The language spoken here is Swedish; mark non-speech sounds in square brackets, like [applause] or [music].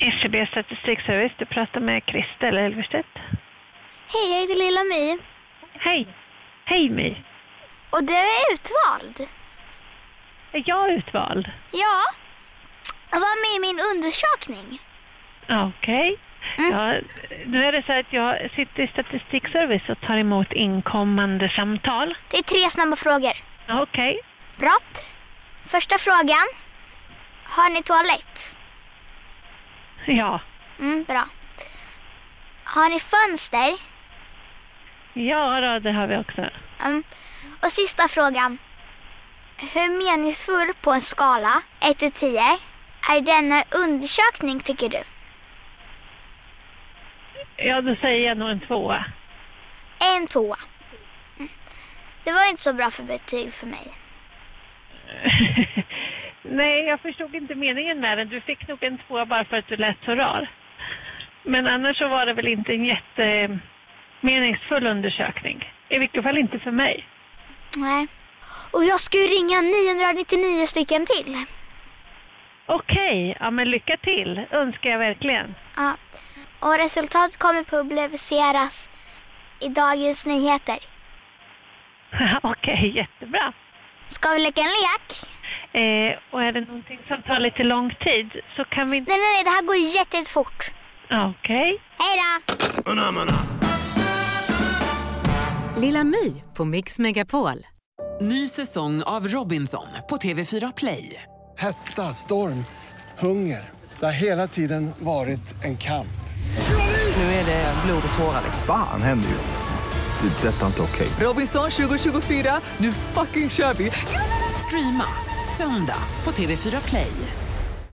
SCB statistikservice, du pratar med Christer Elverstedt. Hej, jag heter Lilla My Hej! Hej My! och du är utvald. Är jag utvald? Ja, jag var med i min undersökning. Okej. Ja, nu är det så att jag sitter i statistikservice och tar emot inkommande samtal. Det är tre snabba frågor. Okej. Bra. Första frågan. Har ni toalett? Ja. Mm, bra. Har ni fönster? Ja då, det har vi också. Mm. Och sista frågan. Hur meningsfull på en skala 1 till 10 är denna undersökning tycker du? Ja, då säger jag nog en tvåa. En tvåa. Mm. Det var inte så bra för betyg för mig. Nej, jag förstod inte meningen med den. Du fick nog en tvåa bara för att du lät så rar. Men annars så var det väl inte en jättemeningsfull undersökning. I vilket fall inte för mig. Nej. Och jag ska ju ringa 999 stycken till. Okej, ja men lycka till önskar jag verkligen. [laughs] Ja. Och resultatet kommer publiceras i Dagens Nyheter. Okej, jättebra. Ska vi leka en lek? Eh, och är det någonting som tar lite lång tid så kan vi... Nej, nej, nej, det här går jätte- jättefort. Okej. Hej då! Lilla My på Mix Megapol. Ny säsong av Robinson på TV4 Play. Hetta, storm, hunger. Det har hela tiden varit en kamp. Nu är det blod och tårar. Fan händer just nu. Det. är Detta är inte okej. Robinson 2024, nu fucking kör vi! Streama söndag på TV4 Play.